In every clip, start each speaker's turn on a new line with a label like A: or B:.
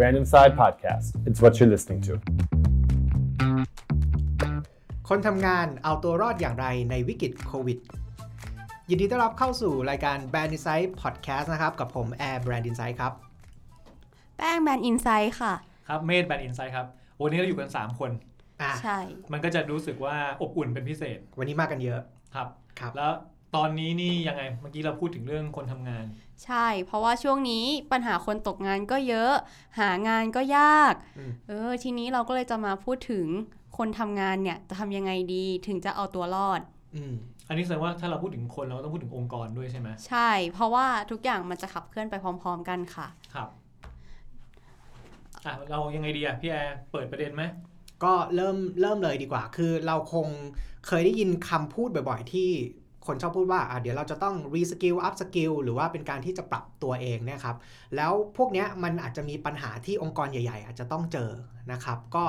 A: Random Side Podcast. It's what you're listening to.
B: คนทำงานเอาตัวรอดอย่างไรในวิกฤตโควิด ยินดีต้อนรับเข้าสู่รายการ Brand Insight Podcast นะครับ กับผมแอร์ Brand Insight ครับ
C: แป้งแบรนด์อินไซด์ค่ะ
D: ครับเมธแบนอินไซด์ครับ วันนี้เราอยู่กัน 3 คน
B: อ่ะ
C: ใช่
D: มันก็จะรู้สึกว่าอบอุ่นเป็นพิเศษ
B: วันนี้มากันเยอะ
D: ครับ
B: ครับ
D: แล้วตอนนี้นี่ยังไงเมื่อกี้เราพูดถึงเรื่องคนทำงาน
C: ใช่ เพราะว่าช่วงนี้ปัญหาคนตกงานก็เยอะ หางานก็ยาก
B: อืม
C: เออ ทีนี้เราก็เลยจะมาพูดถึงคนทำงานเนี่ยจะทำยังไงดีถึงจะเอาตัวรอด
B: อืม
D: อันนี้แสดงว่าถ้าเราพูดถึงคนเราก็ต้องพูดถึงองค์กรด้วยใช่ไหม
C: ใช่ เพราะว่าทุกอย่างมันจะขับเคลื่อนไปพร้อม ๆ กันค่ะ
D: ครับอ่ะเรายังไงดีอ่ะพี่แอร์เปิดประเด็นไหม
B: ก็เริ่มเริ่มเลยดีกว่า คือเราคงเคยได้ยินคำพูดบ่อยๆ ที่คนชอบพูดว่าอ่ะเดี๋ยวเราจะต้องรีสกิลอัพสกิลหรือว่าเป็นการที่จะปรับตัวเองเนะครับ แล้วพวกเนี้ยมันอาจจะมีปัญหาที่องค์กรใหญ่ ๆ อาจจะต้องเจอนะครับ ก็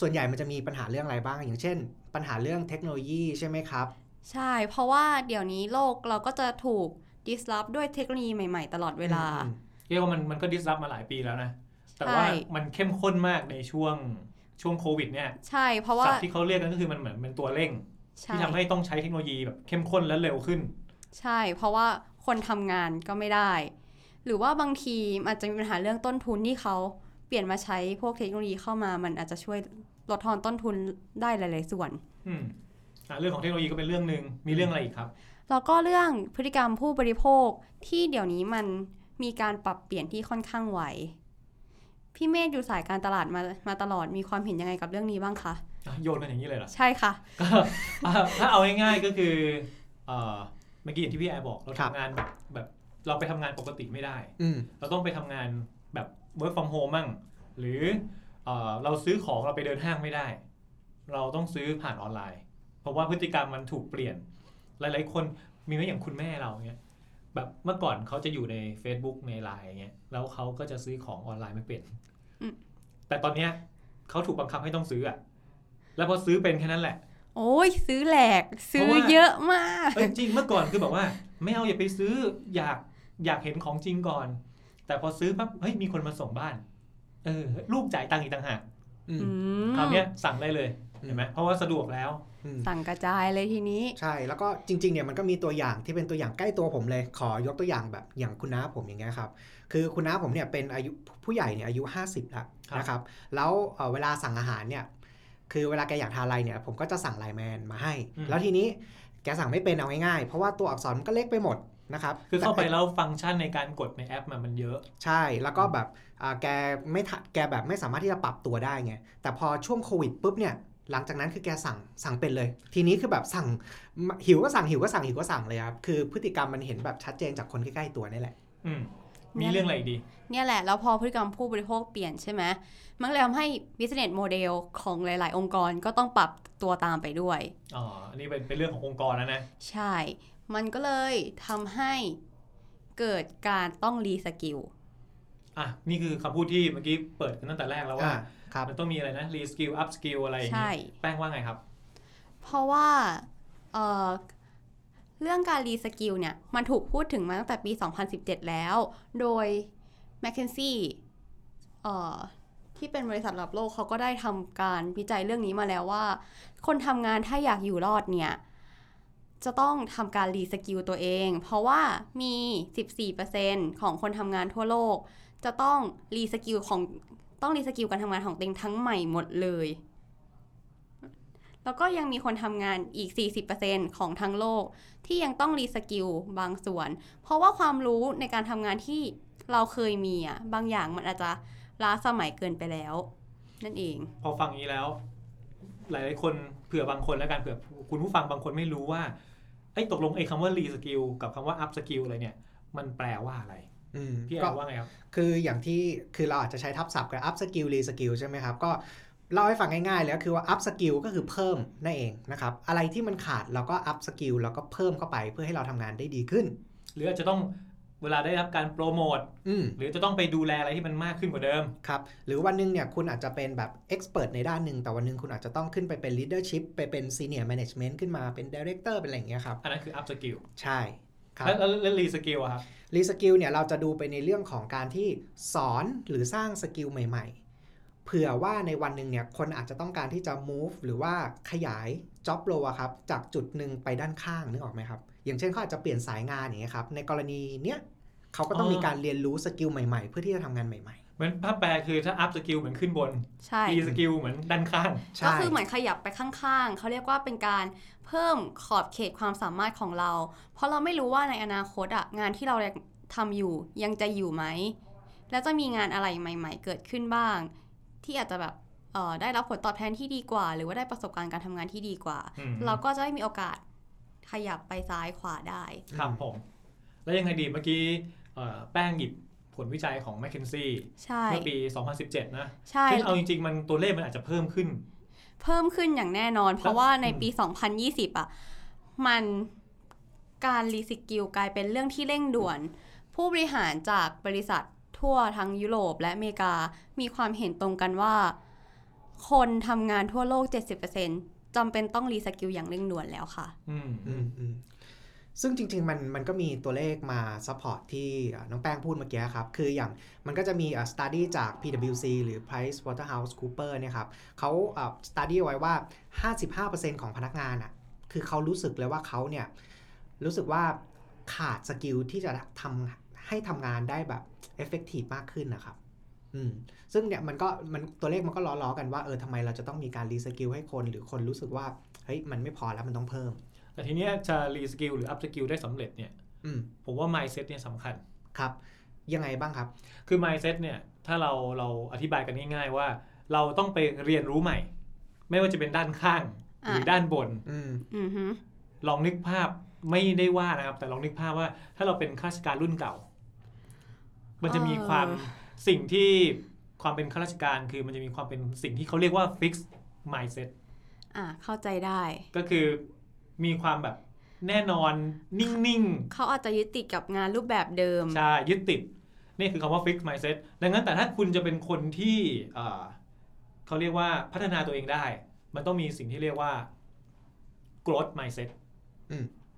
B: ส่วนใหญ่มันจะมีปัญหาเรื่องอะไรบ้าง อย่างเช่น ปัญหาเรื่องเทคโนโลยีใช่ไหมครับ
C: ใช่ เพราะว่าเดี๋ยวนี้โลกเราก็จะถูก disrupt ด้วยเทคโนโลยีใหม่ ๆ ตลอดเวลา
D: เรียกว่ามันมันก็ดิสรับมาหลายปีแล้วนะ แต่ว่า
C: ใช่
D: มันเข้มข้นมากในช่วงช่วงโควิดเนี่ย
C: ใช่ เพราะว่า
D: ศัพท์ที่เขาเรียกกันก็คือมันเหมือนเป็นตัวเร่ง
C: ใช่
D: ที่ทำให้ต้องใช้เทคโนโลยีแบบเข้มข้นและเร็วขึ้น
C: ใช่ เพราะว่าคนทำงานก็ไม่ได้ หรือว่าบางทีอาจจะมีปัญหาเรื่องต้นทุนที่เขาเปลี่ยนมาใช้พวกเทคโนโลยีเข้ามา มันอาจจะช่วยลดทอนต้นทุนได้หลาย ๆ ส่วน
D: อืมอ่ะเรื่องของเทคโนโลยีก็เป็นเรื่องหนึ่งมีเรื่องอะไรอีกครับ
C: แล้วก็เรื่องพฤติกรรมผู้บริโภคที่เดี๋ยวนี้มันมีการปรับเปลี่ยนที่ค่อนข้างไว พี่เมธอยู่สายการตลาดมามาตลอดมีความเห็นยังไงกับเรื่องนี้บ้างคะ
D: อ่ะโยนกันอย่างนี้เลยเหรอ
C: ใช่ค่ะ
D: ก็อ่ะถ้าเอาง่ายๆก็คือเอ่อเมื่อกี้อย่างที่พี่แอร์บอกเรา
B: ครับ
D: ทำงานแบบแบบเราไปทำงานปกติไม่ได้
B: อืม
D: เราต้องไปทำงานแบบ work from home มั่ง หรือเอ่อเราซื้อของเราไปเดินห้างไม่ได้ เราต้องซื้อผ่านออนไลน์ เพราะว่าพฤติกรรมมันถูกเปลี่ยน หลายๆคนมีไหมอย่างคุณแม่เราเนี้ยแบบเมื่อก่อนเขาจะอยู่ใน Facebook ในไลน์อย่างเงี้ยแล้วเขาก็จะซื้อของออนไลน์ไม่เป็น
C: อืม
D: แต่ตอนเนี้ยเขาถูกบังคับให้ต้องซื้ออะแล้วพอซื้อเป็นแค่นั้นแหละ
C: โอ้ยซื้อแหลก ซื้อ
D: เพราะว่า
C: เยอะมาก
D: เอ้ยจริงเมื่อก่อนคือแบบว่า ไม่เอาอย่าไปซื้ออยากอยากเห็นของจริงก่อน แต่พอซื้อปั๊บเฮ้ยมีคนมาส่งบ้าน เออลูกจ่ายตังค์อีกต่างหาก
B: อืม
C: อืม
D: คราวเนี้ยสั่งได้เลย
B: อืม
D: เห็นไหมเพราะว่าสะดวกแล้ว
B: อืม
C: สั่งกระจายเลยทีนี้
B: ใช่แล้วก็จริงๆเนี่ยมันก็มีตัวอย่างที่เป็นตัวอย่างใกล้ตัวผมเลย ขอยกตัวอย่างแบบอย่างคุณน้าผมอย่างเงี้ยครับคือคุณน้าผมเนี่ยเป็นอายุผู้ใหญ่เนี่ยอายุ 50แล้ว
D: ครับ
B: นะครับแล้วเอ่อเวลาสั่งอาหารเนี่ยคือเวลาแกอยากทานอะไรเนี่ยผมก็จะสั่งไลน์แมนมาให้ แล้วทีนี้แกสั่งไม่เป็นเอาง่ายๆเพราะว่าตัวอักษรมันก็เล็กไปหมดนะครับ
D: คือเข้าไป
B: แต่
D: แล้วฟังก์ชันในการกดในแอปมันมันเยอะ
B: ใช่แล้วก็แบบอ่าแกไม่ทันแกแบบไม่สามารถที่จะปรับตัวได้ไงแต่พอช่วงโควิดปุ๊บเนี่ยหลังจากนั้นคือแกสั่งสั่งเป็นเลย ทีนี้คือแบบสั่ง หิวก็สั่งหิวก็สั่งหิวก็สั่งเลยครับคือพฤติกรรมมันเห็นแบบชัดเจนจากคนใกล้ๆตัวนี่แหละ
D: อืมมีเรื่องอะไรอีกดี
C: เนี่ยแหละ แล้วพอพฤติกรรมผู้บริโภคเปลี่ยนใช่ไหมมันเลยทำให้ business model ของหลาย ๆ องค์กรก็ต้องปรับตัวตามไปด้วย
D: อ๋ออันนี้เป็นเป็นเรื่องขององค์กรแล้วนะ
C: ใช่ มันก็เลยทำให้เกิดการต้องรีสกิล
D: อ่ะ นี่คือคำพูดที่เมื่อกี้เปิดกันตั้งแต่แรกแล้วว่า
B: อ่าครับ
D: มันต้องมีอะไรนะรีสกิลอัพสกิลอะไรอย่าง
C: ใช่
D: งี้แป้งว่าไงครับ
C: เพราะว่าเอ่อเรื่องการรีสกิลเนี่ย มันถูกพูดถึงมาตั้งแต่ปี 2017 แล้ว โดย m c k e n z i e เอ่อที่เป็นบริษัทระดับโลกเขาก็ได้ทำการวิจัยเรื่องนี้มาแล้วว่า คนทำงานถ้าอยากอยู่รอดเนี่ย จะต้องทำการรีสกิลตัวเอง เพราะว่ามี 14%ของคนทำงานทั่วโลก จะต้องรีสกิลของต้องรีสกิลการทำงานของตัวเองทั้งใหม่หมดเลย แล้วก็ยังมีคนทำงานอีก 40%ของทั้งโลก ที่ยังต้องรีสกิลบางส่วน เพราะว่าความรู้ในการทำงานที่เราเคยมีอะบางอย่างมันอาจจะล้าสมัยเกินไปแล้ว นั่นเอง
D: พอฟังอย่างนี้แล้ว หลายๆคนเผื่อบางคนแล้วกันเผื่อคุณผู้ฟังบางคนไม่รู้ว่าไอ้ยตกลงไอ้คำว่า re skill กับคำว่า up skill อะไรเนี่ย มันแปลว่าอะไร
B: อืม
D: พี่แอ
B: ก็
D: นว่าไงครับ
B: คืออย่างที่คือเราอาจจะใช้ทับศัพท์กับ up skill re skill ใช่ไหมครับ ก็เล่าให้ฟังง่ายๆแล้วคือว่า up skill ก็คือเพิ่มนั่นเองนะครับ อะไรที่มันขาดเราก็ up skill แล้วก็เพิ่มเข้าไปเพื่อให้เราทำงานได้ดีขึ้น
D: หรืออาจจะต้อง เวลาได้รับการโปรโมท
B: อืม
D: หรือจะต้องไปดูแลอะไรที่มันมากขึ้นกว่าเดิม
B: ครับหรือวันหนึ่งเนี่ยคุณอาจจะเป็นแบบเอ็กซ์เพรสในด้านหนึ่งแต่วันหนึ่งคุณอาจจะต้องขึ้นไปเป็นลีดเดอร์ชิพไปเป็นซีเนียร์แมネจเมนต์ขึ้นมาเป็นดีเรคเตอร์เป็นอะไรอย่างเงี้ยครับ
D: อันนั้นคือ up skill
B: ใช่ครับ
D: แล้วแล้วรีสกิลอะครับ
B: รีสกิลเนี่ยเราจะดูไปในเรื่องของการที่สอนหรือสร้างสกิลใหม่ๆ เผื่อว่าในวันหนึ่งเนี่ยคนอาจจะต้องการที่จะ move หรือว่าขยาย job role อะครับจากจุดหนึ่งไปด้านข้างนึกออกไหมครับ อย่างเช่นเขาอาจจะเปลี่ยนสายงานอย่างเงี้ยครับในกรณีเนี้ยเขาก็ต้องมีการเรียนรู้สกิลใหม่ๆ เพื่อที่จะทำงานใหม่
D: เหมือนภาพแปลคือถ้า up skill เหมือนขึ้นบน
C: ใช่
D: e skill เหมือนด้านข้าง
B: ๆ
C: ก็
B: ใช่
C: คือเหมือนขยับไปข้างๆ เขาเรียกว่าเป็นการเพิ่มขอบเขตความสามารถของเรา เพราะเราไม่รู้ว่าในอนาคตอะงานที่เราทำอยู่ยังจะอยู่ไหม แล้วจะมีงานอะไรใหม่ ๆ เกิดขึ้นบ้าง ที่อาจจะแบบเอ่อได้รับผลตอบแทนที่ดีกว่า หรือว่าได้ประสบการณ์การทำงานที่ดีกว่า
D: อืม
C: เราก็จะได้มีโอกาสขยับไปซ้ายขวาได้
D: ครับผม แล้วยังไงดีเมื่อกี้เอ่อแป้งหยิบผลวิจัยของ m c k เคนซี่
C: ใช่
D: เมื่อปี 2017 นะ
C: ใช่
D: ซึ่งเอาจริงๆ มันตัวเลขมันอาจจะเพิ่มขึ้น
C: เพิ่มขึ้นอย่างแน่นอน เพราะว่าในปี 2020 อ่ะ มันการรีสกิลกลายเป็นเรื่องที่เร่งด่วน ผู้บริหารจากบริษัททั่วทั้งยุโรปและอเมริกา มีความเห็นตรงกันว่า คนทำงานทั่วโลก 70%จำเป็นต้องรีสกิลอย่างเร่งด่วนแล้วค่ะ
D: อืม
B: อืมอืมซึ่งจริง ๆ มันมันก็มีตัวเลขมาซัพพอร์ตที่อ่ะน้องแป้งพูดเมื่อกี้ครับ คืออย่างมันก็จะมีสตัดดี้จาก PwC หรือ Price Waterhouse Cooper เนี่ยครับเขาสตัดดี้ไว้ว่า 55%ของพนักงานอ่ะคือเขารู้สึกเลยว่าเขาเนี่ยรู้สึกว่าขาดสกิลที่จะทำให้ทำงานได้แบบ effective มากขึ้นนะครับอืมซึ่งเนี่ยมันก็มันตัวเลขมันก็ล้อๆกันว่าเออทำไมเราจะต้องมีการรีสกิลให้คน หรือคนรู้สึกว่าเฮ้ยมันไม่พอแล้วมันต้องเพิ่ม
D: แต่ทีเนี้ยจะ e skill หรือ up skill ได้สำเร็จเนี่ย
B: อืม
D: ผมว่า mindset เนี่ยสำคัญ
B: ครับ ยังไงบ้างครับ
D: คือ mindset เนี่ย ถ้าเราเราอธิบายกันง่ายๆว่า เราต้องไปเรียนรู้ใหม่ ไม่ว่าจะเป็นด้านข้าง หรือ
C: อ่ะ
D: ด้านบน
B: อืม
C: อือฮึ
D: ลองนึกภาพไม่ได้ว่านะครับ แต่ลองนึกภาพว่าถ้าเราเป็นข้าราชการรุ่นเก่า มันจะมีความสิ่งที่ความเป็นข้าราชการคือมันจะมีความเป็นสิ่งที่เขาเรียกว่า fixed mindset
C: อ่ะเข้าใจได้
D: ก็คือมีความแบบแน่นอนนิ่ง
C: เขาอาจจะยึดติดกับงานรูปแบบเดิม
D: ๆใช่ยึดติด นี่คือคำว่า fixed mindset ดังนั้นแต่ถ้าคุณจะเป็นคนที่เอ่อเขาเรียกว่าพัฒนาตัวเองได้ มันต้องมีสิ่งที่เรียกว่า growth mindset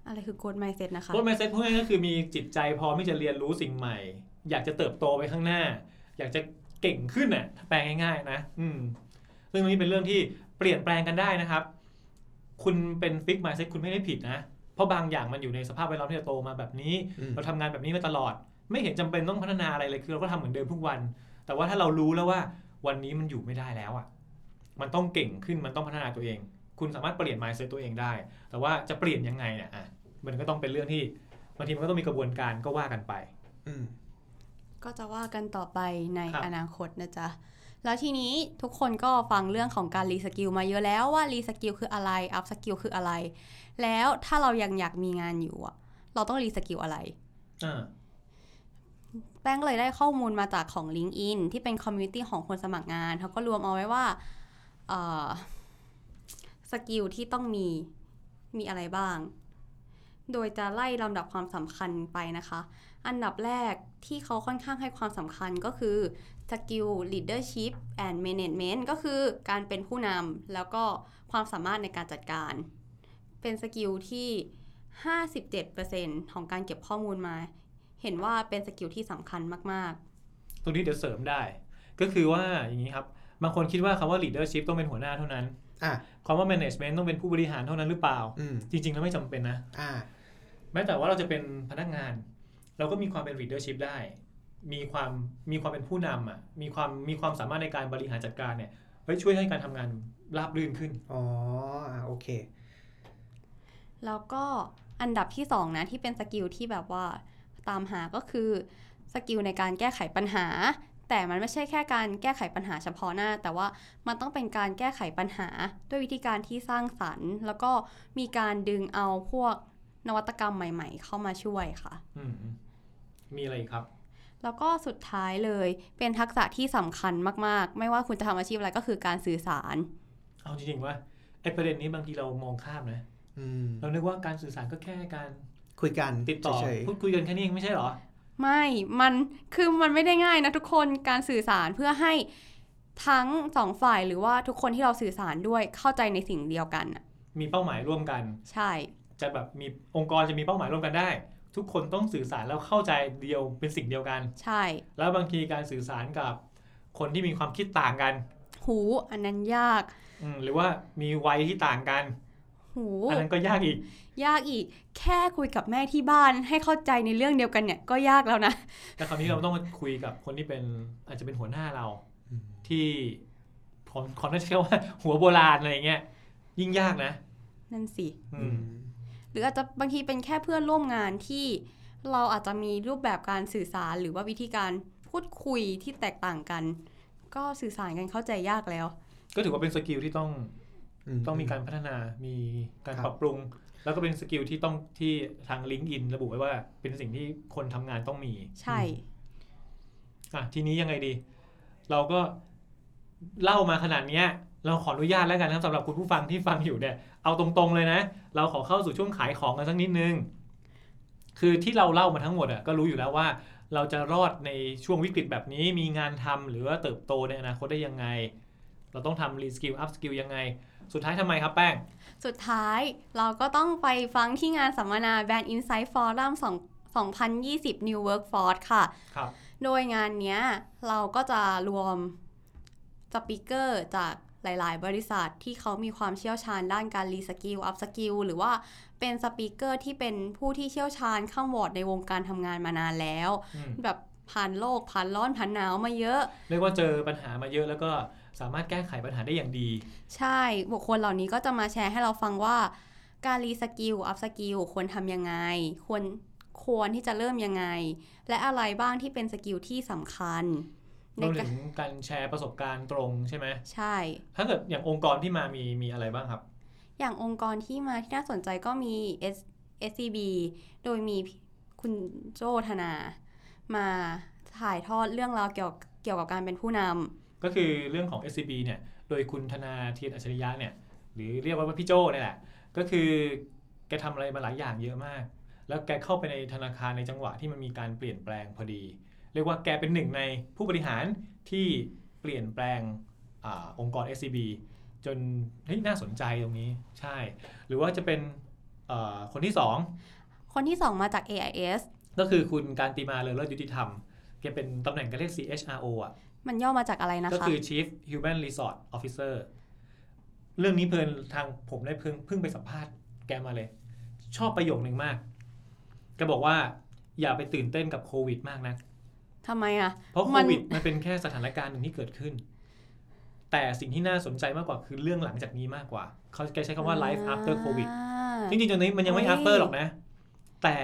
C: อะไรคือโกดไมเซ็ตนะคะ
D: โค้ดไมเซ็ตพวกนี้ก็คือมีจิตใจพร้อมที่จะเรียนรู้สิ่งใหม่ อยากจะเติบโตไปข้างหน้า อยากจะเก่งขึ้นน่ะถ้าแปลง่ายๆ นะ อืมซึ่งตรงนี้เป็นเรื่องที่เปลี่ยนแปลงกันได้นะครับ คุณเป็นฟิกไมเซ็ตคุณไม่ได้ผิดนะ เพราะบางอย่างมันอยู่ในสภาพแวดล้อมที่เราโตมาแบบนี้
B: อืม
D: เราทำงานแบบนี้มาตลอด ไม่เห็นจำเป็นต้องพัฒนาอะไรเลยคือเราก็ทำเหมือนเดิมทุกวัน แต่ว่าถ้าเรารู้แล้วว่า วันนี้มันอยู่ไม่ได้แล้วอ่ะ มันต้องเก่งขึ้นมันต้องพัฒนาตัวเอง คุณสามารถเปลี่ยน mindset ตัวเองได้ แต่ว่าจะเปลี่ยนยังไงเนี่ยอ่ะ มันก็ต้องเป็นเรื่องที่บางทีมันก็ต้องมีกระบวนการก็ว่ากันไป
B: อืม
C: ก็จะว่ากันต่อไปใน
D: ครับ
C: อนาคตนะจ๊ะ แล้วทีนี้ทุกคนก็ฟังเรื่องของการรีสกิลมาเยอะแล้วว่ารีสกิลคืออะไร อัพสกิลคืออะไร แล้วถ้าเรายังอยากมีงานอยู่อะเราต้องรีสกิลอะไร
D: อ่า
C: แป้งเลยได้ข้อมูลมาจากของ LinkedIn ที่เป็นคอมมูนิตี้ของคนสมัครงาน เขาก็รวมเอาไว้ว่าเอ่อสกิลที่ต้องมีมีอะไรบ้าง โดยจะไล่ลำดับความสำคัญไปนะคะ อันดับแรกที่เขาค่อนข้างให้ความสำคัญก็คือสกิล leadership and management ก็คือการเป็นผู้นำแล้วก็ความสามารถในการจัดการ เป็นสกิลที่ 57%ของการเก็บข้อมูลมา เห็นว่าเป็นสกิลที่สำคัญมาก
D: ตรงนี้เดี๋ยวเสริมได้ ก็คือว่าอย่างนี้ครับ บางคนคิดว่าคำว่า leadership ต้องเป็นหัวหน้าเท่านั้น
B: อ่ะ
D: คำว่า management ต้องเป็นผู้บริหารเท่านั้นหรือเปล่า
B: อืม
D: จริง ๆ แล้วไม่จำเป็นนะ
B: อ่า
D: แม้แต่ว่าเราจะเป็นพนักงาน เราก็มีความเป็น leadership ได้ มีความมีความเป็นผู้นำอ่ะ มีความมีความสามารถในการบริหารจัดการเนี่ยเฮ้ยช่วยให้การทำงานราบรื่นขึ้น
B: อ๋ออ่ะโอเค
C: ๆ แล้วก็อันดับที่ 2 นะ ที่เป็นสกิลที่แบบว่าตามหาก็คือสกิลในการแก้ไขปัญหา แต่มันไม่ใช่แค่การแก้ไขปัญหาเฉพาะหน้า แต่ว่ามันต้องเป็นการแก้ไขปัญหา ด้วยวิธีการที่สร้างสรรค์ แล้วก็มีการดึงเอาพวกนวัตกรรมใหม่ ๆ เข้ามาช่วยค่ะ
D: อืมมีอะไรอีกครับ
C: แล้วก็สุดท้ายเลยเป็นทักษะที่สำคัญมากๆ ไม่ว่าคุณจะทำอาชีพอะไรก็คือการสื่อสาร
D: เอาจริงๆว่าไอ้ประเด็นนี้บางทีเรามองข้ามนะ
B: อืม
D: เรานึกว่าการสื่อสารก็แค่การ
B: คุยกัน
D: ติดต่อ
B: เฉย
D: พูดคุยกันแค่นี้เองไม่ใช่เหรอ
C: ไม่ มัน คือมันไม่ได้ง่ายนะทุกคน การสื่อสารเพื่อให้ทั้งสองฝ่ายหรือว่าทุกคนที่เราสื่อสารด้วยเข้าใจในสิ่งเดียวกันน่ะ
D: มีเป้าหมายร่วมกัน
C: ใช่
D: จะแบบมีองค์กรจะมีเป้าหมายร่วมกันได้ ทุกคนต้องสื่อสารแล้วเข้าใจเดียวเป็นสิ่งเดียวกัน
C: ใช่
D: แล้วบางทีการสื่อสารกับคนที่มีความคิดต่างกัน
C: หูอันนั้นยาก
D: อืมหรือว่ามีวัยที่ต่างกัน
C: หู
D: อันนั้นก็ยากอีก
C: ยากอีก แค่คุยกับแม่ที่บ้านให้เข้าใจในเรื่องเดียวกันเนี่ยก็ยากแล้วนะ
D: แต่คราวนี้เราต้องมาคุยกับคนที่เป็นอาจจะเป็นหัวหน้าเรา ที่ผมขอน่าจะเรียกว่า หัวโบราณอะไรอย่างเงี้ยยิ่งยากนะ
C: นั่นสิ
D: อื
B: อื
D: ม
B: ม
C: หรืออาจจะบางทีเป็นแค่เพื่อนร่วมงานที่เราอาจจะมีรูปแบบการสื่อสารหรือว่าวิธีการพูดคุยที่แตกต่างกัน ก็สื่อสารกันเข้าใจยากแล้ว
D: ก็ถือว่าเป็นสกิลที่ต้อง
B: ม
D: ต้องมีการพัฒนามีการ
B: ครับ
D: ปรับปรุง แล้วก็เป็นสกิลที่ต้องที่ทางลิงก์อินระบุไว้ว่า เป็นสิ่งที่คนทำงานต้องมี
C: ใช่
D: อ่ะทีนี้ยังไงดี เราก็เล่ามาขนาดเนี้ย เราขออนุญาตแล้วกันนะครับสำหรับคุณผู้ฟังที่ฟังอยู่เนี่ยเอาตรงๆเลยนะ เราขอเข้าสู่ช่วงขายของกันสักนิดนึง คือที่เราเล่ามาทั้งหมดอ่ะก็รู้อยู่แล้วว่า เราจะรอดในช่วงวิกฤตแบบนี้มีงานทำหรือว่าเติบโตในอนาคตได้ยังไง เราต้องทำรีสกิลอัพสกิลยังไง สุดท้ายทำไมครับแป้ง
C: สุดท้ายเราก็ต้องไปฟังที่งานสัมมนา Brand Insight Forum 2 2020 New Workforce ค่ะ
D: ครับ
C: โดยงานเนี้ยเราก็จะรวมสปิเกอร์จากหลาย ๆ บริษัทที่เขามีความเชี่ยวชาญด้านการรีสกิลอัพสกิลหรือว่าเป็นสปิเกอร์ที่เป็นผู้ที่เชี่ยวชาญข้ามวอร์ดในวงการทำงานมานานแล้ว
D: อืม
C: แบบผ่านโลกผ่านร้อนผ่านหนาวมาเยอะ
D: เรียกว่าเจอปัญหามาเยอะแล้วก็สามารถแก้ไขปัญหาได้อย่างดี
C: ใช่บุคคลเหล่านี้ก็จะมาแชร์ให้เราฟังว่าการรีสกิลอัพสกิลควรทำยังไง ควรควรที่จะเริ่มยังไง และอะไรบ้างที่เป็นสกิลที่สำคัญ
D: ร
C: ใน
D: วม
C: กา
D: ถึ
C: รง
D: การแชร์ประสบการณ์ตรงใช่ไหม
C: ใช่
D: ถ้าเกิดอย่างองค์กรที่มามีมีอะไรบ้างครับ
C: อย่างองค์กรที่มาที่น่าสนใจก็มี S SCB โดยมีคุณโจธนา มาถ่ายทอดเรื่องราวเกี่ยวเกี่ยวกับการเป็นผู้น
D: ก็คือเรื่องของ SCB เนี่ยโดยคุณธนาเทียนอัจฉริยะเนี่ยหรือเรียกว่าพี่โจ้เนี่ยแหละ ก็คือแกทำอะไรมาหลายอย่างเยอะมาก แล้วแกเข้าไปในธนาคารในจังหวะที่มันมีการเปลี่ยนแปลงพอดี เรียกว่าแกเป็นหนึ่งในผู้บริหารที่เปลี่ยนแปลงอาองค์กร SCB จนเฮ้ยน่าสนใจตรงนี้ใช่ หรือว่าจะเป็นเอ่อคนที่สอง
C: ำ คนที่สองมาจาก AIS
D: ก็คือคุณการติมาเลอเลิศยุติธรรมแกเป็นตำแหน่งการเรียก CHRO อ่ะ
C: มันย่อมาจากอะไรนะ
D: ก็
C: คะ
D: คือ Chief Human Resource Officer เรื่องนี้เพลินทางผมได้เพิ่งเพิ่งไปสัมภาษณ์แกมาเลย ชอบประโยคหนึ่งมาก แกบอกว่าอย่าไปตื่นเต้นกับโควิดมากนะ
C: ทำไมอ่ะ
D: เพราะโค
C: มัน
D: วิดมันเป็นแค่สถานการณ์หนึ่งที่เกิดขึ้น แต่สิ่งที่น่าสนใจมากกว่าคือเรื่องหลังจากนี้มากกว่า เขาแกใช้คำว่า life after covid
C: อ่า
D: จริงๆตอนนี้มันยังไม่
C: เฮ้ย
D: after หรอกนะ แต่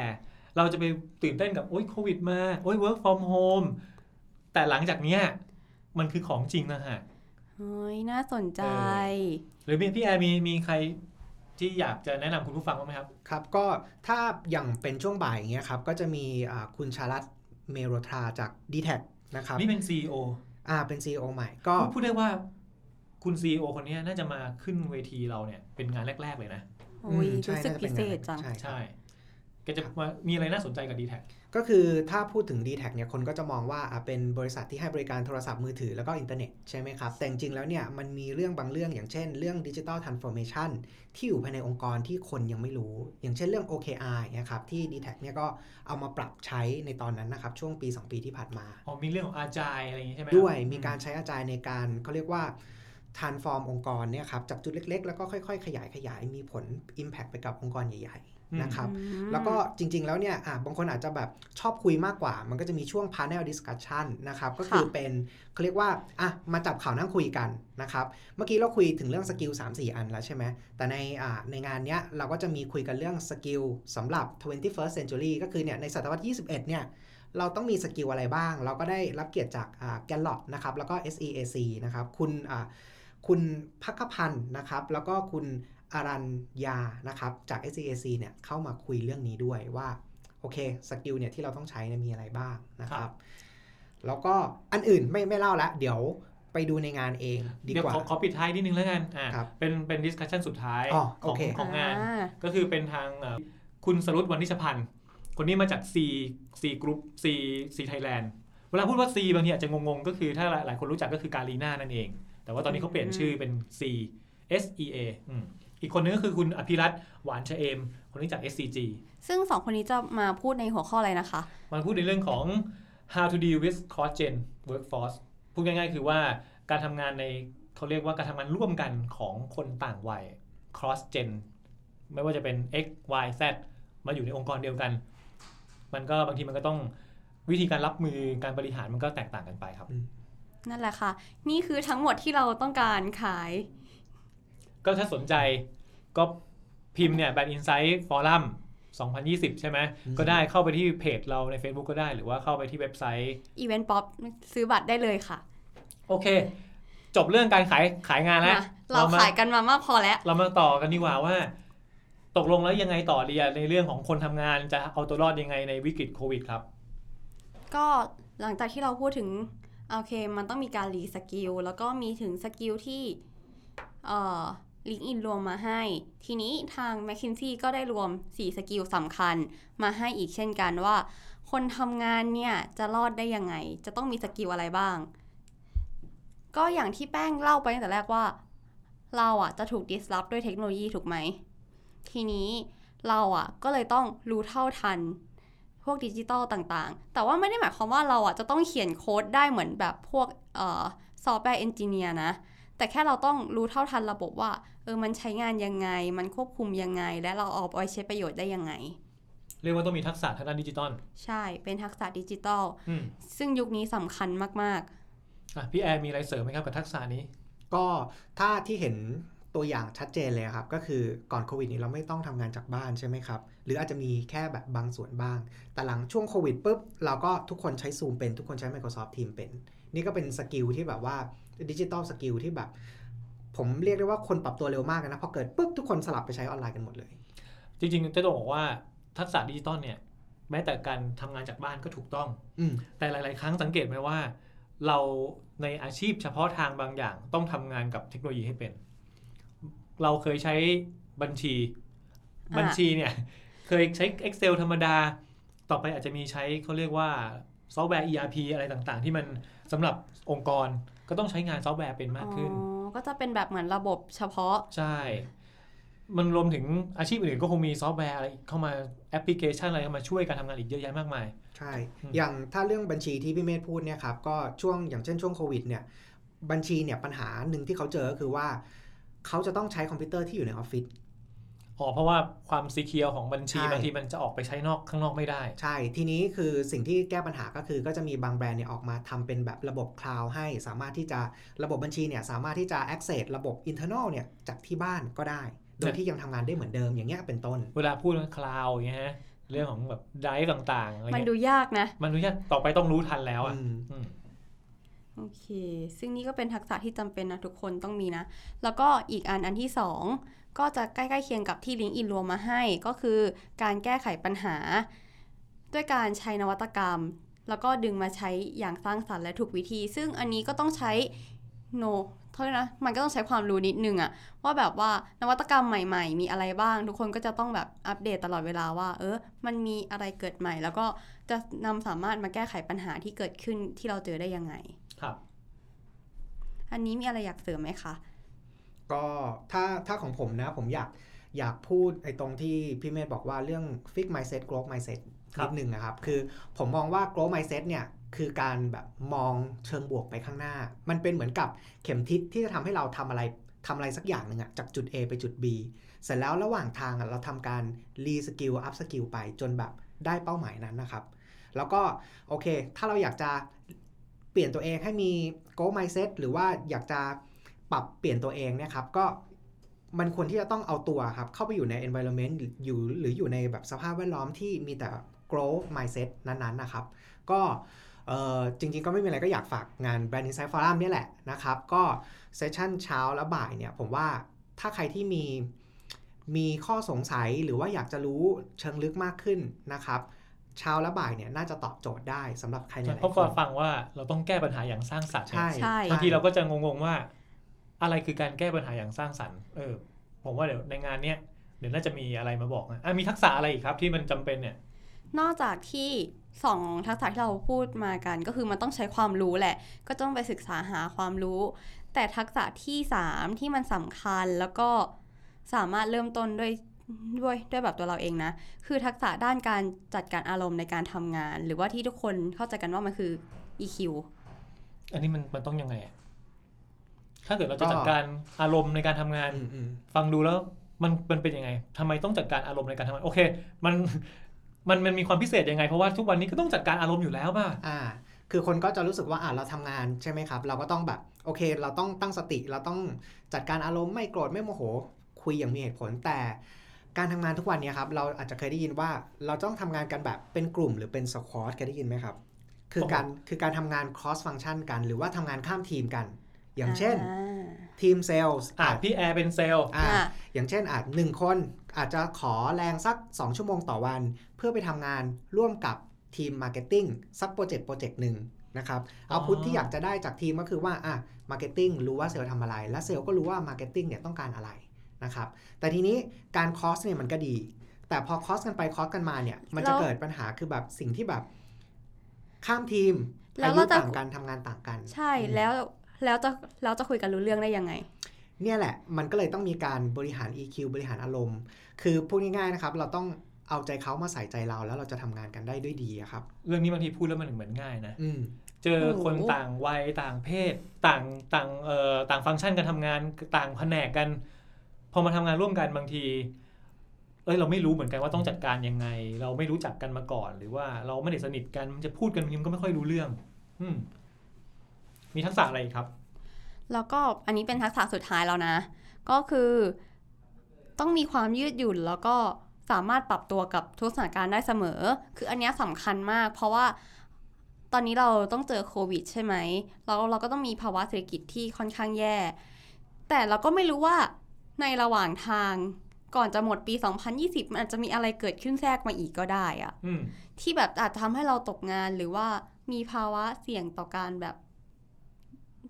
D: เราจะไปตื่นเต้นกับ โอ๊ยโควิดมา โอ๊ย work from home แต่หลังจากเนี้ยมันคือของจริงนะฮะ
C: เฮ้ยน่าสนใจ
D: หรือมีพี่แอร์มีมีใครที่อยากจะแนะนำคุณผู้ฟังบ้างไหมครับ
B: ครับก็ถ้าอย่างเป็นช่วงบ่ายอย่างเงี้ยครับก็จะมีอ่าคุณชาลัตเมโรทราจาก d t แทนะครับ
D: นี่เป็น CEO
B: อ่าเป็น CEO ใหม่ก็
D: พูดได้ว่าคุณ CEO คนเนี้ยน่าจะมาขึ้นเวทีเราเนี่ยเป็นงานแรก ๆ เลยนะ
C: โอ้ย
B: อืมใช่
C: รู้สึก
B: น่าะป็
C: พิ
B: น
C: เศ
B: อย่า
C: ษจัง
B: ใช่ครับ
D: ใช่แกจะมามีอะไรน่าสนใจกับ d t แท
B: ก็คือถ้าพูดถึง d t แทเนี่ยคนก็จะมองว่าอ่ะเป็นบริษัทที่ให้บริการโทรศัพท์มือถือแล้วก็อินเทอร์เน็ตใช่ไหมครับ แต่จริงๆแล้วเนี่ยมันมีเรื่องบางเรื่องอย่างเช่นเรื่องดิจิตอลท r a น s f o r m a t i o n ที่อยู่ภายในองค์กรที่คนยังไม่รู้ อย่างเช่นเรื่อง OKR อย่างเงี้ยครับที่ d t แทเนี่ยก็เอามาปรับใช้ในตอนนั้นนะครับช่วงปี 2 ปีที่ผ่านมา
D: อ๋อมีเรื่องของอาจายอะไรอย่างงี้ใช่ไหมครับ
B: ด้วยมีการใช้อาจารย์ในการเขาเรียกว่า transform องค์กรเนี่ยครับจากจุดเล็ก ๆ แล้วก็ค่อยๆ ขยายขยายมีผล impact ไปกับองค์กรใหญ่
D: อืม
B: ๆนะครับ แล้วก็จริงๆ แล้วเนี่ยอ่ะบางคนอาจจะแบบชอบคุยมากกว่า มันก็จะมีช่วง panel discussion นะครับ ก็คือ
C: ค่ะ
B: เป็นเขาเรียกว่าอ่ะมาจับข่าวนั่งคุยกันนะครับ เมื่อกี้เราคุยถึงเรื่องสกิล3 4 อันแล้วใช่ไหม แต่ในอ่ะในงานเนี้ยเราก็จะมีคุยกันเรื่องสกิลสำหรับ 21st century ก็คือเนี่ยในศตวรรษ 21 เนี่ยเราต้องมีสกิลอะไรบ้าง เราก็ได้รับเกียรติจากแกลลอตนะครับแล้วก็ SEAC นะครับคุณอ่ะคุณพักขพันธ์นะครับแล้วก็คุณ อารัญญานะครับ จาก SCAC เนี่ยเข้ามาคุยเรื่องนี้ด้วยว่า โอเคสกิลเนี่ยที่เราต้องใช้เนี่ยมีอะไรบ้างนะค
D: ครั
B: รับ
D: บ
B: แล้วก็อันอื่นไม่ไม่เล่าละเดี๋ยวไปดูในงานเองดี
D: เดี๋ยว
B: กว่า
D: ขอขอปิดท้ายนิดนึงแล้วกันอ่า
B: ครับ
D: เป็นเป็นดิสคัชชันสุดท้าย
B: อ๋อ
D: ข
B: โอ
D: อง
B: เค
D: ของงาน
C: อ่า
D: ก็คือเป็นทางเอ่อคุณสรุตวันนิชพันธ์ คนนี้มาจาก C C Group C C Thailand เวลาพูดว่า C บางทีอาจจะงงๆ ก็คือถ้าหลายๆคนรู้จักก็คือการีน่านั่นเอง แต่ว่าตอนนี้เขาเปลี่ยนชื่อเป็น C S E A อืมอีกคนนึงก็คือคุณอภิรัตน์หวานชะเอม คนนี้จาก S C G
C: ซึ่งสองคนนี้จะมาพูดในหัวข้ออะไรนะคะ
D: มันพูดในเรื่องของ how to deal with cross gen workforce พูดง่ายๆ คือว่าการทำงานในเขาเรียกว่าการทำงานร่วมกันของคนต่างวัย cross gen ไม่ว่าจะเป็น x y z มาอยู่ในองค์กรเดียวกัน มันก็บางทีมันก็ต้องวิธีการรับมือการบริหารมันก็แตกต่างกันไปครับ
C: นั่นแหละค่ะ นี่คือทั้งหมดที่เราต้องการขาย
D: ก็ถ้าสนใจก็พิมพ์เนี่ยแบ d อินไซ h ์ฟอรัม2020 ใช่ไหม
B: อืม
D: ก็ได้เข้าไปที่เพจเราใน Facebook ก็ได้ หรือว่าเข้าไปที่เว็บไซต์
C: อีเวนต์ป๊อปซื้อบัตรได้เลยค่ะ
D: โอเค จบเรื่องการขายขายงานแล้ว
C: นะเราขายกันมามากพอแล้ว
D: เรามาต่อกันดีกว่าว่า ตกลงแล้วยังไงต่อดีอะในเรื่องของคนทำงานจะเอาตัวรอดยังไงในวิกฤตโควิดครับ
C: ก็หลังจากที่เราพูดถึง โอเค มันต้องมีการรีสกิลแล้วก็มีถึงสกิลที่เอ่อลิงก์อินรวมมาให้ ทีนี้ทาง m c k i n s e y ก็ได้รวม 4 สกิลสำคัญมาให้อีกเช่นกันว่า คนทำงานเนี่ยจะรอดได้ยังไง จะต้องมีสกิลอะไรบ้าง ก็อย่างที่แป้งเล่าไปตั้งแต่แรกว่า เราอ่ะจะถูก disrupt ด้วยเทคโนโลยีถูกไหม ทีนี้เราอ่ะก็เลยต้องรู้เท่าทัน พวกดิจิตอลต่างๆ แต่ว่าไม่ได้หมายความว่าเราอ่ะจะต้องเขียนโค้ดได้เหมือนแบบพวกเอ่อซอฟต์แวร์เอนจิเนียร์นะ แต่แค่เราต้องรู้เท่าทันระบบว่า เออ มันใช้งานยังไง มันควบคุมยังไง และเราเอาไปใช้ประโยชน์ได้ยังไง
D: เรียกว่าต้องมีทักษะทางด้านดิจิตอล
C: ใช่ เป็นทักษะดิจิตอล
D: อืม
C: ซึ่งยุคนี้สำคัญมาก
D: อ่ะพี่แอร์มีอะไรเสริมไหมครับกับทักษะนี้
B: ก็ถ้าที่เห็นตัวอย่างชัดเจนเลยครับ ก็คือก่อนโควิดนี้เราไม่ต้องทำงานจากบ้านใช่ไหมครับ หรืออาจจะมีแค่แบบบางส่วนบ้าง แต่หลังช่วงโควิดปุ๊บ เราก็ทุกคนใช้ Zoom เป็น ทุกคนใช้ Microsoft Teams เป็น นี่ก็เป็นสกิลที่แบบว่าดิจิตอลสกิลที่แบบ ผมเรียกได้ว่าคนปรับตัวเร็วมากนะพอเกิดปุ๊บทุกคนสลับไปใช้ออนไลน์กันหมดเลย
D: จริงๆจะต้องบอกว่าทักษะดิจิตอลเนี่ย แม้แต่การทำงานจากบ้านก็ถูกต้อง
B: อืม
D: แต่หลาย ๆ ครั้งสังเกตไหมว่า เราในอาชีพเฉพาะทางบางอย่างต้องทำงานกับเทคโนโลยีให้เป็น เราเคยใช้บัญชี
C: ะ
D: บัญชีเนี่ย เคยใช้ Excel ธรรมดา ต่อไปอาจจะมีใช้เขาเรียกว่าซอฟต์แวร์ ERP อะไรต่าง ๆ ที่มันสำหรับองค์กรก็ต้องใช้งานซอฟต์แวร์เป็น
C: ๆ อ๋
D: มากขึ้น
C: อ ก็จะเป็นแบบเหมือนระบบเฉพาะ
D: ใช่ มันรวมถึงอาชีพอื่นๆก็คงมีซอฟต์แวร์อะไรเข้ามาแอปพลิเคชันอะไรเข้ามาช่วยการทำงานอีกเยอะแยะมากมาย
B: ใช่
D: อืม
B: อย่างถ้าเรื่องบัญชีที่พี่เมธพูดเนี่ยครับ ก็ช่วงอย่างเช่นช่วงโควิดเนี่ย บัญชีเนี่ยปัญหาหนึ่งที่เขาเจอก็คือว่า เขาจะต้องใช้คอมพิวเตอร์ที่อยู่ในออฟฟิศ
D: อ๋อเพราะว่าความซีเคียวของบัญชี
B: ใช่
D: บางทีมันจะออกไปใช้นอกข้างนอกไม่ได้
B: ใช่ ทีนี้คือสิ่งที่แก้ปัญหาก็คือก็จะมีบางแบรนด์เนี่ยออกมาทำเป็นแบบระบบคลาวด์ให้ สามารถที่จะระบบบัญชีเนี่ยสามารถที่จะ access ระบบ internal เนี่ยจากที่บ้านก็ได้ โดยที่ยังทำงานได้เหมือนเดิมอย่างเงี้ยเป็นต้น
D: เวลาพูดคลาวอย่างเงี้ยฮะเรื่องของแบบไดฟ์ต่างๆอะไร
C: มัน
D: เงี้ย
C: ดูยากนะ
D: มันอนุญาตต่อไปต้องรู้ทันแล้วอ่ะ
B: อืม
D: อืม
C: โอเค ซึ่งนี่ก็เป็นทักษะที่จำเป็นนะทุกคนต้องมีนะ แล้วก็อีกอันอันที่ 2 ก็จะใกล้ๆเคียงกับที่ลิงก์อินรวมมาให้ ก็คือการแก้ไขปัญหา ด้วยการใช้นวัตกรรม แล้วก็ดึงมาใช้อย่างสร้างสรรค์และถูกวิธี ซึ่งอันนี้ก็ต้องใช้ โนเท่านะมันก็ต้องใช้ความรู้นิดนึงอะว่าแบบว่านวัตกรรมใหม่ๆ มีอะไรบ้าง ทุกคนก็จะต้องแบบอัปเดตตลอดเวลาว่า เออ มันมีอะไรเกิดใหม่ แล้วก็จะนำสามารถมาแก้ไขปัญหาที่เกิดขึ้นที่เราเจอได้ยังไง
D: ครับ
C: อันนี้มีอะไรอยากเสริมไหมคะ
B: ก็ถ้าถ้าของผมนะผมอยากอยากพูดไอ้ตรงที่พี่เมธบอกว่าเรื่อง fix mindset growth mindset นิดหนึ่งนะครับ คือผมมองว่า growth mindset เนี่ยคือการแบบมองเชิงบวกไปข้างหน้า มันเป็นเหมือนกับเข็มทิศที่จะทำให้เราทำอะไรทำอะไรสักอย่างหนึ่งอะจากจุด A ไปจุด B เสร็จแล้วระหว่างทางอะเราทำการ re skill up skill ไปจนแบบได้เป้าหมายนั้นนะครับ แล้วก็โอเค ถ้าเราอยากจะเปลี่ยนตัวเองให้มี goal mindset หรือว่าอยากจะปรับเปลี่ยนตัวเองเนะครับ ก็มันควรที่จะต้องเอาตัวครับ เข้าไปอยู่ใน environment อยู่หรืออยู่ในแบบสภาพแวดล้อมที่มีแต่ growth mindset นั้นๆนะครับ ก็เอ่อจริงๆ ก็ไม่มีอะไรก็อยากฝากงาน Brand Insight Forum เนี่ยแหละนะครับ ก็เซสชั่นเช้าและบ่ายเนี่ยผมว่าถ้าใครที่มีมีข้อสงสัยหรือว่าอยากจะรู้เชิงลึกมากขึ้นนะครับ เช้าและบ่ายเนี่ยน่าจะตอบโจทย์ได้สำหรับใครหลายๆ
D: เพราะ
B: ค
D: ก่อน
B: น
D: ฟังว่าเราต้องแก้ปัญหาอย่างสร้างสรรค์
B: ใช่
C: ใช่
D: บางทีเราก็จะงงๆว่า อะไรคือการแก้ปัญหาอย่างสร้างสรรค์เออผมว่าเดี๋ยวในงานเนี้ยเดี๋ยวน่าจะมีอะไรมาบอกนะอ่ะมีทักษะอะไรอีกครับที่มันจำเป็นเนี่ย
C: นอกจากที่สองทักษะที่เราพูดมากัน ก็คือมันต้องใช้ความรู้แหละ ก็ต้องไปศึกษาหาความรู้ แต่ทักษะที่สามที่มันสำคัญแล้วก็สามารถเริ่มต้นด้วยด้วยด้วยแบบตัวเราเองนะ คือทักษะด้านการจัดการอารมณ์ในการทำงาน หรือว่าที่ทุกคนเข้าใจกันว่ามันคือ EQ
D: อันนี้มันมันต้องยังไงอะถ้าเกิดเราจะ
B: ก็
D: จัดการอารมณ์ในการทำงาน
B: อืมอืม
D: ฟังดูแล้วมันมันเป็นยังไงทำไมต้องจัดการอารมณ์ในการทำงานโอเค มันมันมันมีความพิเศษยังไง เพราะว่าทุกวันนี้ก็ต้องจัดการอารมณ์อยู่แล้วป่ะ
B: อ่า คือคนก็จะรู้สึกว่าอ่าเราทำงานใช่ไหมครับ เราก็ต้องแบบโอเค เราต้องตั้งสติ เราต้องจัดการอารมณ์ไม่โกรธไม่โมโห คุยอย่างมีเหตุผลแต่การทำงานทุกวันเนี้ครับเราอาจจะเคยได้ยินว่าเราต้องทำงานกันแบบเป็นกลุ่มหรือเป็นสควอตเคยได้ยินไหมครับ คือการคือการทำงาน cross function กัน หรือว่าทำงานข้ามทีมกัน อย่างเช่น
C: อ่า
B: ทีมเซลล์
D: อ่ะพี่แอร์เป็นเซลล์
B: อ่า
C: อ่ะ
B: อย่างเช่นอาจหนึ่งคนอาจจะขอแรงสัก 2 ชั่วโมงต่อวัน เพื่อไปทำงานร่วมกับทีมมาร์เก็ตติ้งสักโปรเจกต์โปรเจกต์หนึ่งนะครับ
D: อ๋อ
B: เอาพุทที่อยากจะได้จากทีมก็คือว่าอ่ะมาร์เก็ตติ้งรู้ว่าเซลล์ทำอะไร และเซลล์ก็รู้ว่ามาร์เก็ตติ้งเนี่ยต้องการอะไรนะครับแต่ทีนี้การคอสเนี่ยมันก็ดี แต่พอคอสกันไปคอสกันมาเนี่ยมันจะ
C: แล้ว
B: เกิดปัญหาคือแบบสิ่งที่แบบข้ามทีม
C: แล้
B: อาว ยุ
C: เราจะ
B: ต่างกันทำงานต่างกัน
C: ใช่แล้วแล้วจะแล้วจะคุยกันรู้เรื่องได้ยังไง
B: เนี่ยแหละ มันก็เลยต้องมีการบริหาร EQ บริหารอารมณ์ คือพูดง่ายๆนะครับ เราต้องเอาใจเขามาใส่ใจเราแล้วเราจะทำงานกันได้ด้วยดีอะครับ
D: เรื่องนี้บางทีพูดแล้วมันเหมือนง่ายนะ
B: อืม
D: เจอคน
C: โอ้โห
D: ต่างวัยต่างเพศ ต่างต่างเอ่อต่างฟังก์ชันการทำงานต่างแผนกกัน พอมาทำงานร่วมกันบางที เอ้ยเราไม่รู้เหมือนกันว่าต้องจัดการยังไง เราไม่รู้จักกันมาก่อน หรือว่าเราไม่ได้สนิทกันมันจะพูดกันมันก็ไม่ค่อยรู้เรื่อง อืมมีทักษะอะไรอีกครับ
C: แล้วก็อันนี้เป็นทักษะสุดท้ายแล้วนะ ก็คือต้องมีความยืดหยุ่นแล้วก็สามารถปรับตัวกับทุกสถานการณ์ได้เสมอ คืออันเนี้ยสำคัญมาก เพราะว่าตอนนี้เราต้องเจอโควิดใช่ไหมแล้วเราก็ต้องมีภาวะเศรษฐกิจที่ค่อนข้างแย่ แต่เราก็ไม่รู้ว่าในระหว่างทางก่อนจะหมดปี 2020 มันอาจจะมีอะไรเกิดขึ้นแทรกมาอีกก็ได้อะ
D: อืม
C: ที่แบบอาจจะทำให้เราตกงานหรือว่ามีภาวะเสี่ยงต่อการแบบ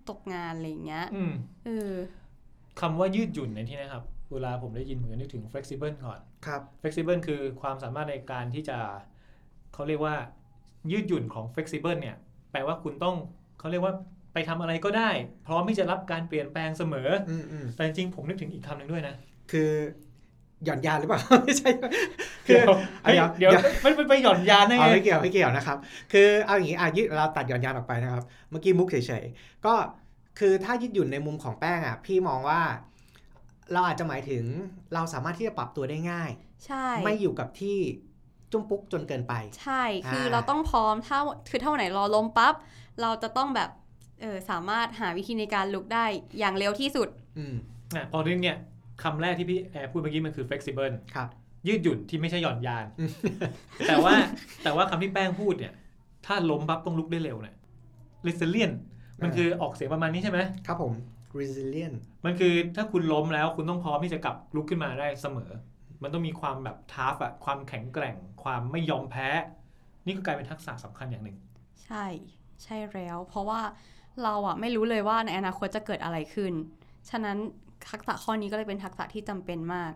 C: ตกงานอะไรอย่างเงี้ย
D: อืม
C: เออ
D: คำว่ายืดหยุ่นในที่นะครับ เวลาผมได้ยินผมจะนึกถึง flexible ก่อน
B: ครับ
D: flexible คือความสามารถในการที่จะเขาเรียกว่ายืดหยุ่นของ flexible เนี่ย แปลว่าคุณต้องเขาเรียกว่าไปทำอะไรก็ได้ พร้อมที่จะรับการเปลี่ยนแปลงเสมอ
B: อืมอืม
D: แต่จริงๆผมนึกถึงอีกคำหนึ่งด้วยนะ
B: คือหย่อนยานหรือเปล่า ไม่ใช่
D: เดี๋ยว
B: เดี๋ยว
D: เดี๋ยว
B: เดี๋ยว
D: ไม่ไม่ไปหย่อนยานได้
B: เอา
D: ไง
B: ไม่เกี่ยวไม่เกี่ยวนะครับ คือเอาอย่างนี้อายืดเราตัดหย่อนยานออกไปนะครับ เมื่อกี้มุกเฉยๆ ก็คือถ้ายืดหยุ่นในมุมของแป้งอ่ะ พี่มองว่า เราอาจจะหมายถึงเราสามารถที่จะปรับตัวได้ง่าย
C: ใช่
B: ไม่อยู่กับที่จุ้มปุ๊กจนเกินไป
C: ใช่คืออา เราต้องพร้อมถ้าคือเท่าไหนรอลมปั๊บเราจะต้องแบบเออสามารถหาวิธีในการลุกได้อย่างเร็วที่สุด
B: อืม
D: อ่ะพอเรื่องเนี่ยคำแรกที่พี่แอร์พูดเมื่อกี้มันคือ flexible
B: ครับ
D: ยืดหยุ่นที่ไม่ใช่หย่อนยาน
B: อืม
D: แต่ว่า แต่ว่าคำที่แป้งพูดเนี่ย ถ้าล้มปั๊บต้องลุกได้เร็วเนี่ย resilient มันคือออกเสียงประมาณนี้ใช่ไหม
B: ครับผม resilient
D: มันคือถ้าคุณล้มแล้วคุณต้องพร้อมที่จะกลับลุกขึ้นมาได้เสมอ มันต้องมีความแบบทาฟอะความแข็งแกร่ง ความไม่ยอมแพ้ นี่ก็กลายเป็นทักษะสำคัญอย่างหนึ่ง
C: ใช่ ใช่แล้ว เพราะว่าเราอะไม่รู้เลยว่าในอนาคตจะเกิดอะไรขึ้น ฉะนั้นทักษะข้อนี้ก็เลยเป็นทักษะที่จำเป็นมาก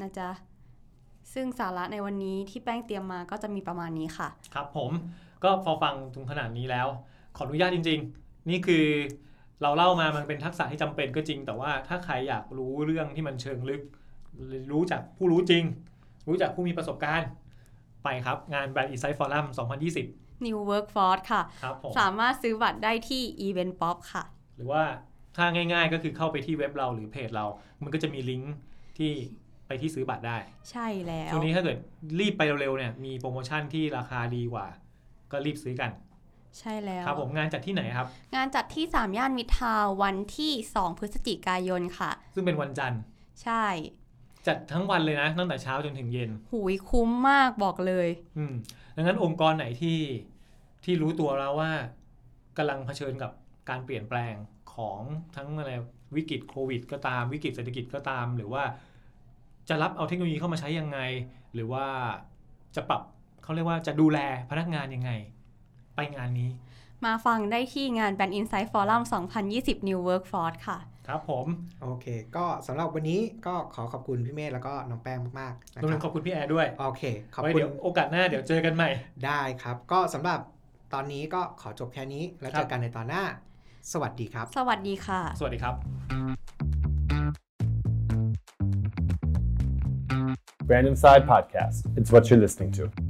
C: นะจ๊ะ ซึ่งสาระในวันนี้ที่แป้งเตรียมมาก็จะมีประมาณนี้ค่ะ
D: ครับผมก็พอฟังถึงขนาดนี้แล้ว ขออนุญาตจริง ๆ นี่คือเราเล่ามามันเป็นทักษะที่จำเป็นก็จริง แต่ว่าถ้าใครอยากรู้เรื่องที่มันเชิงลึก รู้จากผู้รู้จริง รู้จากผู้มีประสบการณ์ ไปครับงาน Brand Insight Forum 2020
C: New Workforce ค่ะ
D: ครับผม
C: สามารถซื้อบัตรได้ที่ Event Pop ค่ะ
D: หรือว่าถ้าง่ายๆก็คือเข้าไปที่เว็บเราหรือเพจเรา มันก็จะมีลิงก์ที่ไปที่ซื้อบัตรได้
C: ใช่แล้ว
D: ช่วงนี้ถ้าเกิดรีบไปเร็วๆเนี่ย มีโปรโมชั่นที่ราคาดีกว่า ก็รีบซื้อกัน
C: ใช่แล้ว
D: ครับผมงานจัดที่ไหนครับ
C: งานจัดที่ 3 ย่านมิตรทาวน์วันที่ 2 พฤศจิกายนค่ะ
D: ซึ่งเป็นวันจันทร์
C: ใช่
D: จัดทั้งวันเลยนะ ตั้งแต่เช้าจนถึงเย็น
C: หูยคุ้มมากบอกเลย
D: อืมดังนั้นองค์กรไหนที่ที่รู้ตัวแล้วว่ากำลังเผชิญกับการเปลี่ยนแปลงของทั้งอะไรวิกฤตโควิด ก็ตามวิกฤตเศรษฐกิจก็ตาม หรือว่าจะรับเอาเทคโนโลยีเข้ามาใช้ยังไง หรือว่าจะปรับเขาเรียกว่าจะดูแลพนักงานยังไง ไปงานนี้
C: มาฟังได้ที่งาน Band Insight Forum 2020 New Workforce ค่ะ
D: ครับผม
B: โอเค ก็สำหรับวันนี้ก็ขอขอบคุณพี่เมฆแล้วก็น้องแป้งมากๆนะ
D: รวม
B: ค
D: ถึ
B: รับ
D: งขอบคุณพี่แอร์ด้วย
B: โอเค ขอบ
D: ไว้
B: คุ
D: เดี๋
B: ณ
D: ยวโอกาสหน้าเดี๋ยวเจอกันใหม่
B: ได้ครับ ก็สำหรับตอนนี้ก็ขอจบแค่นี้แล้วเจ
D: ครั
B: อบ กันในตอนหน้า สวัสดีครับ
C: สวัสดีค่ะ
D: สวัสดีครับ
A: Random Side Podcast. It's what you're listening to.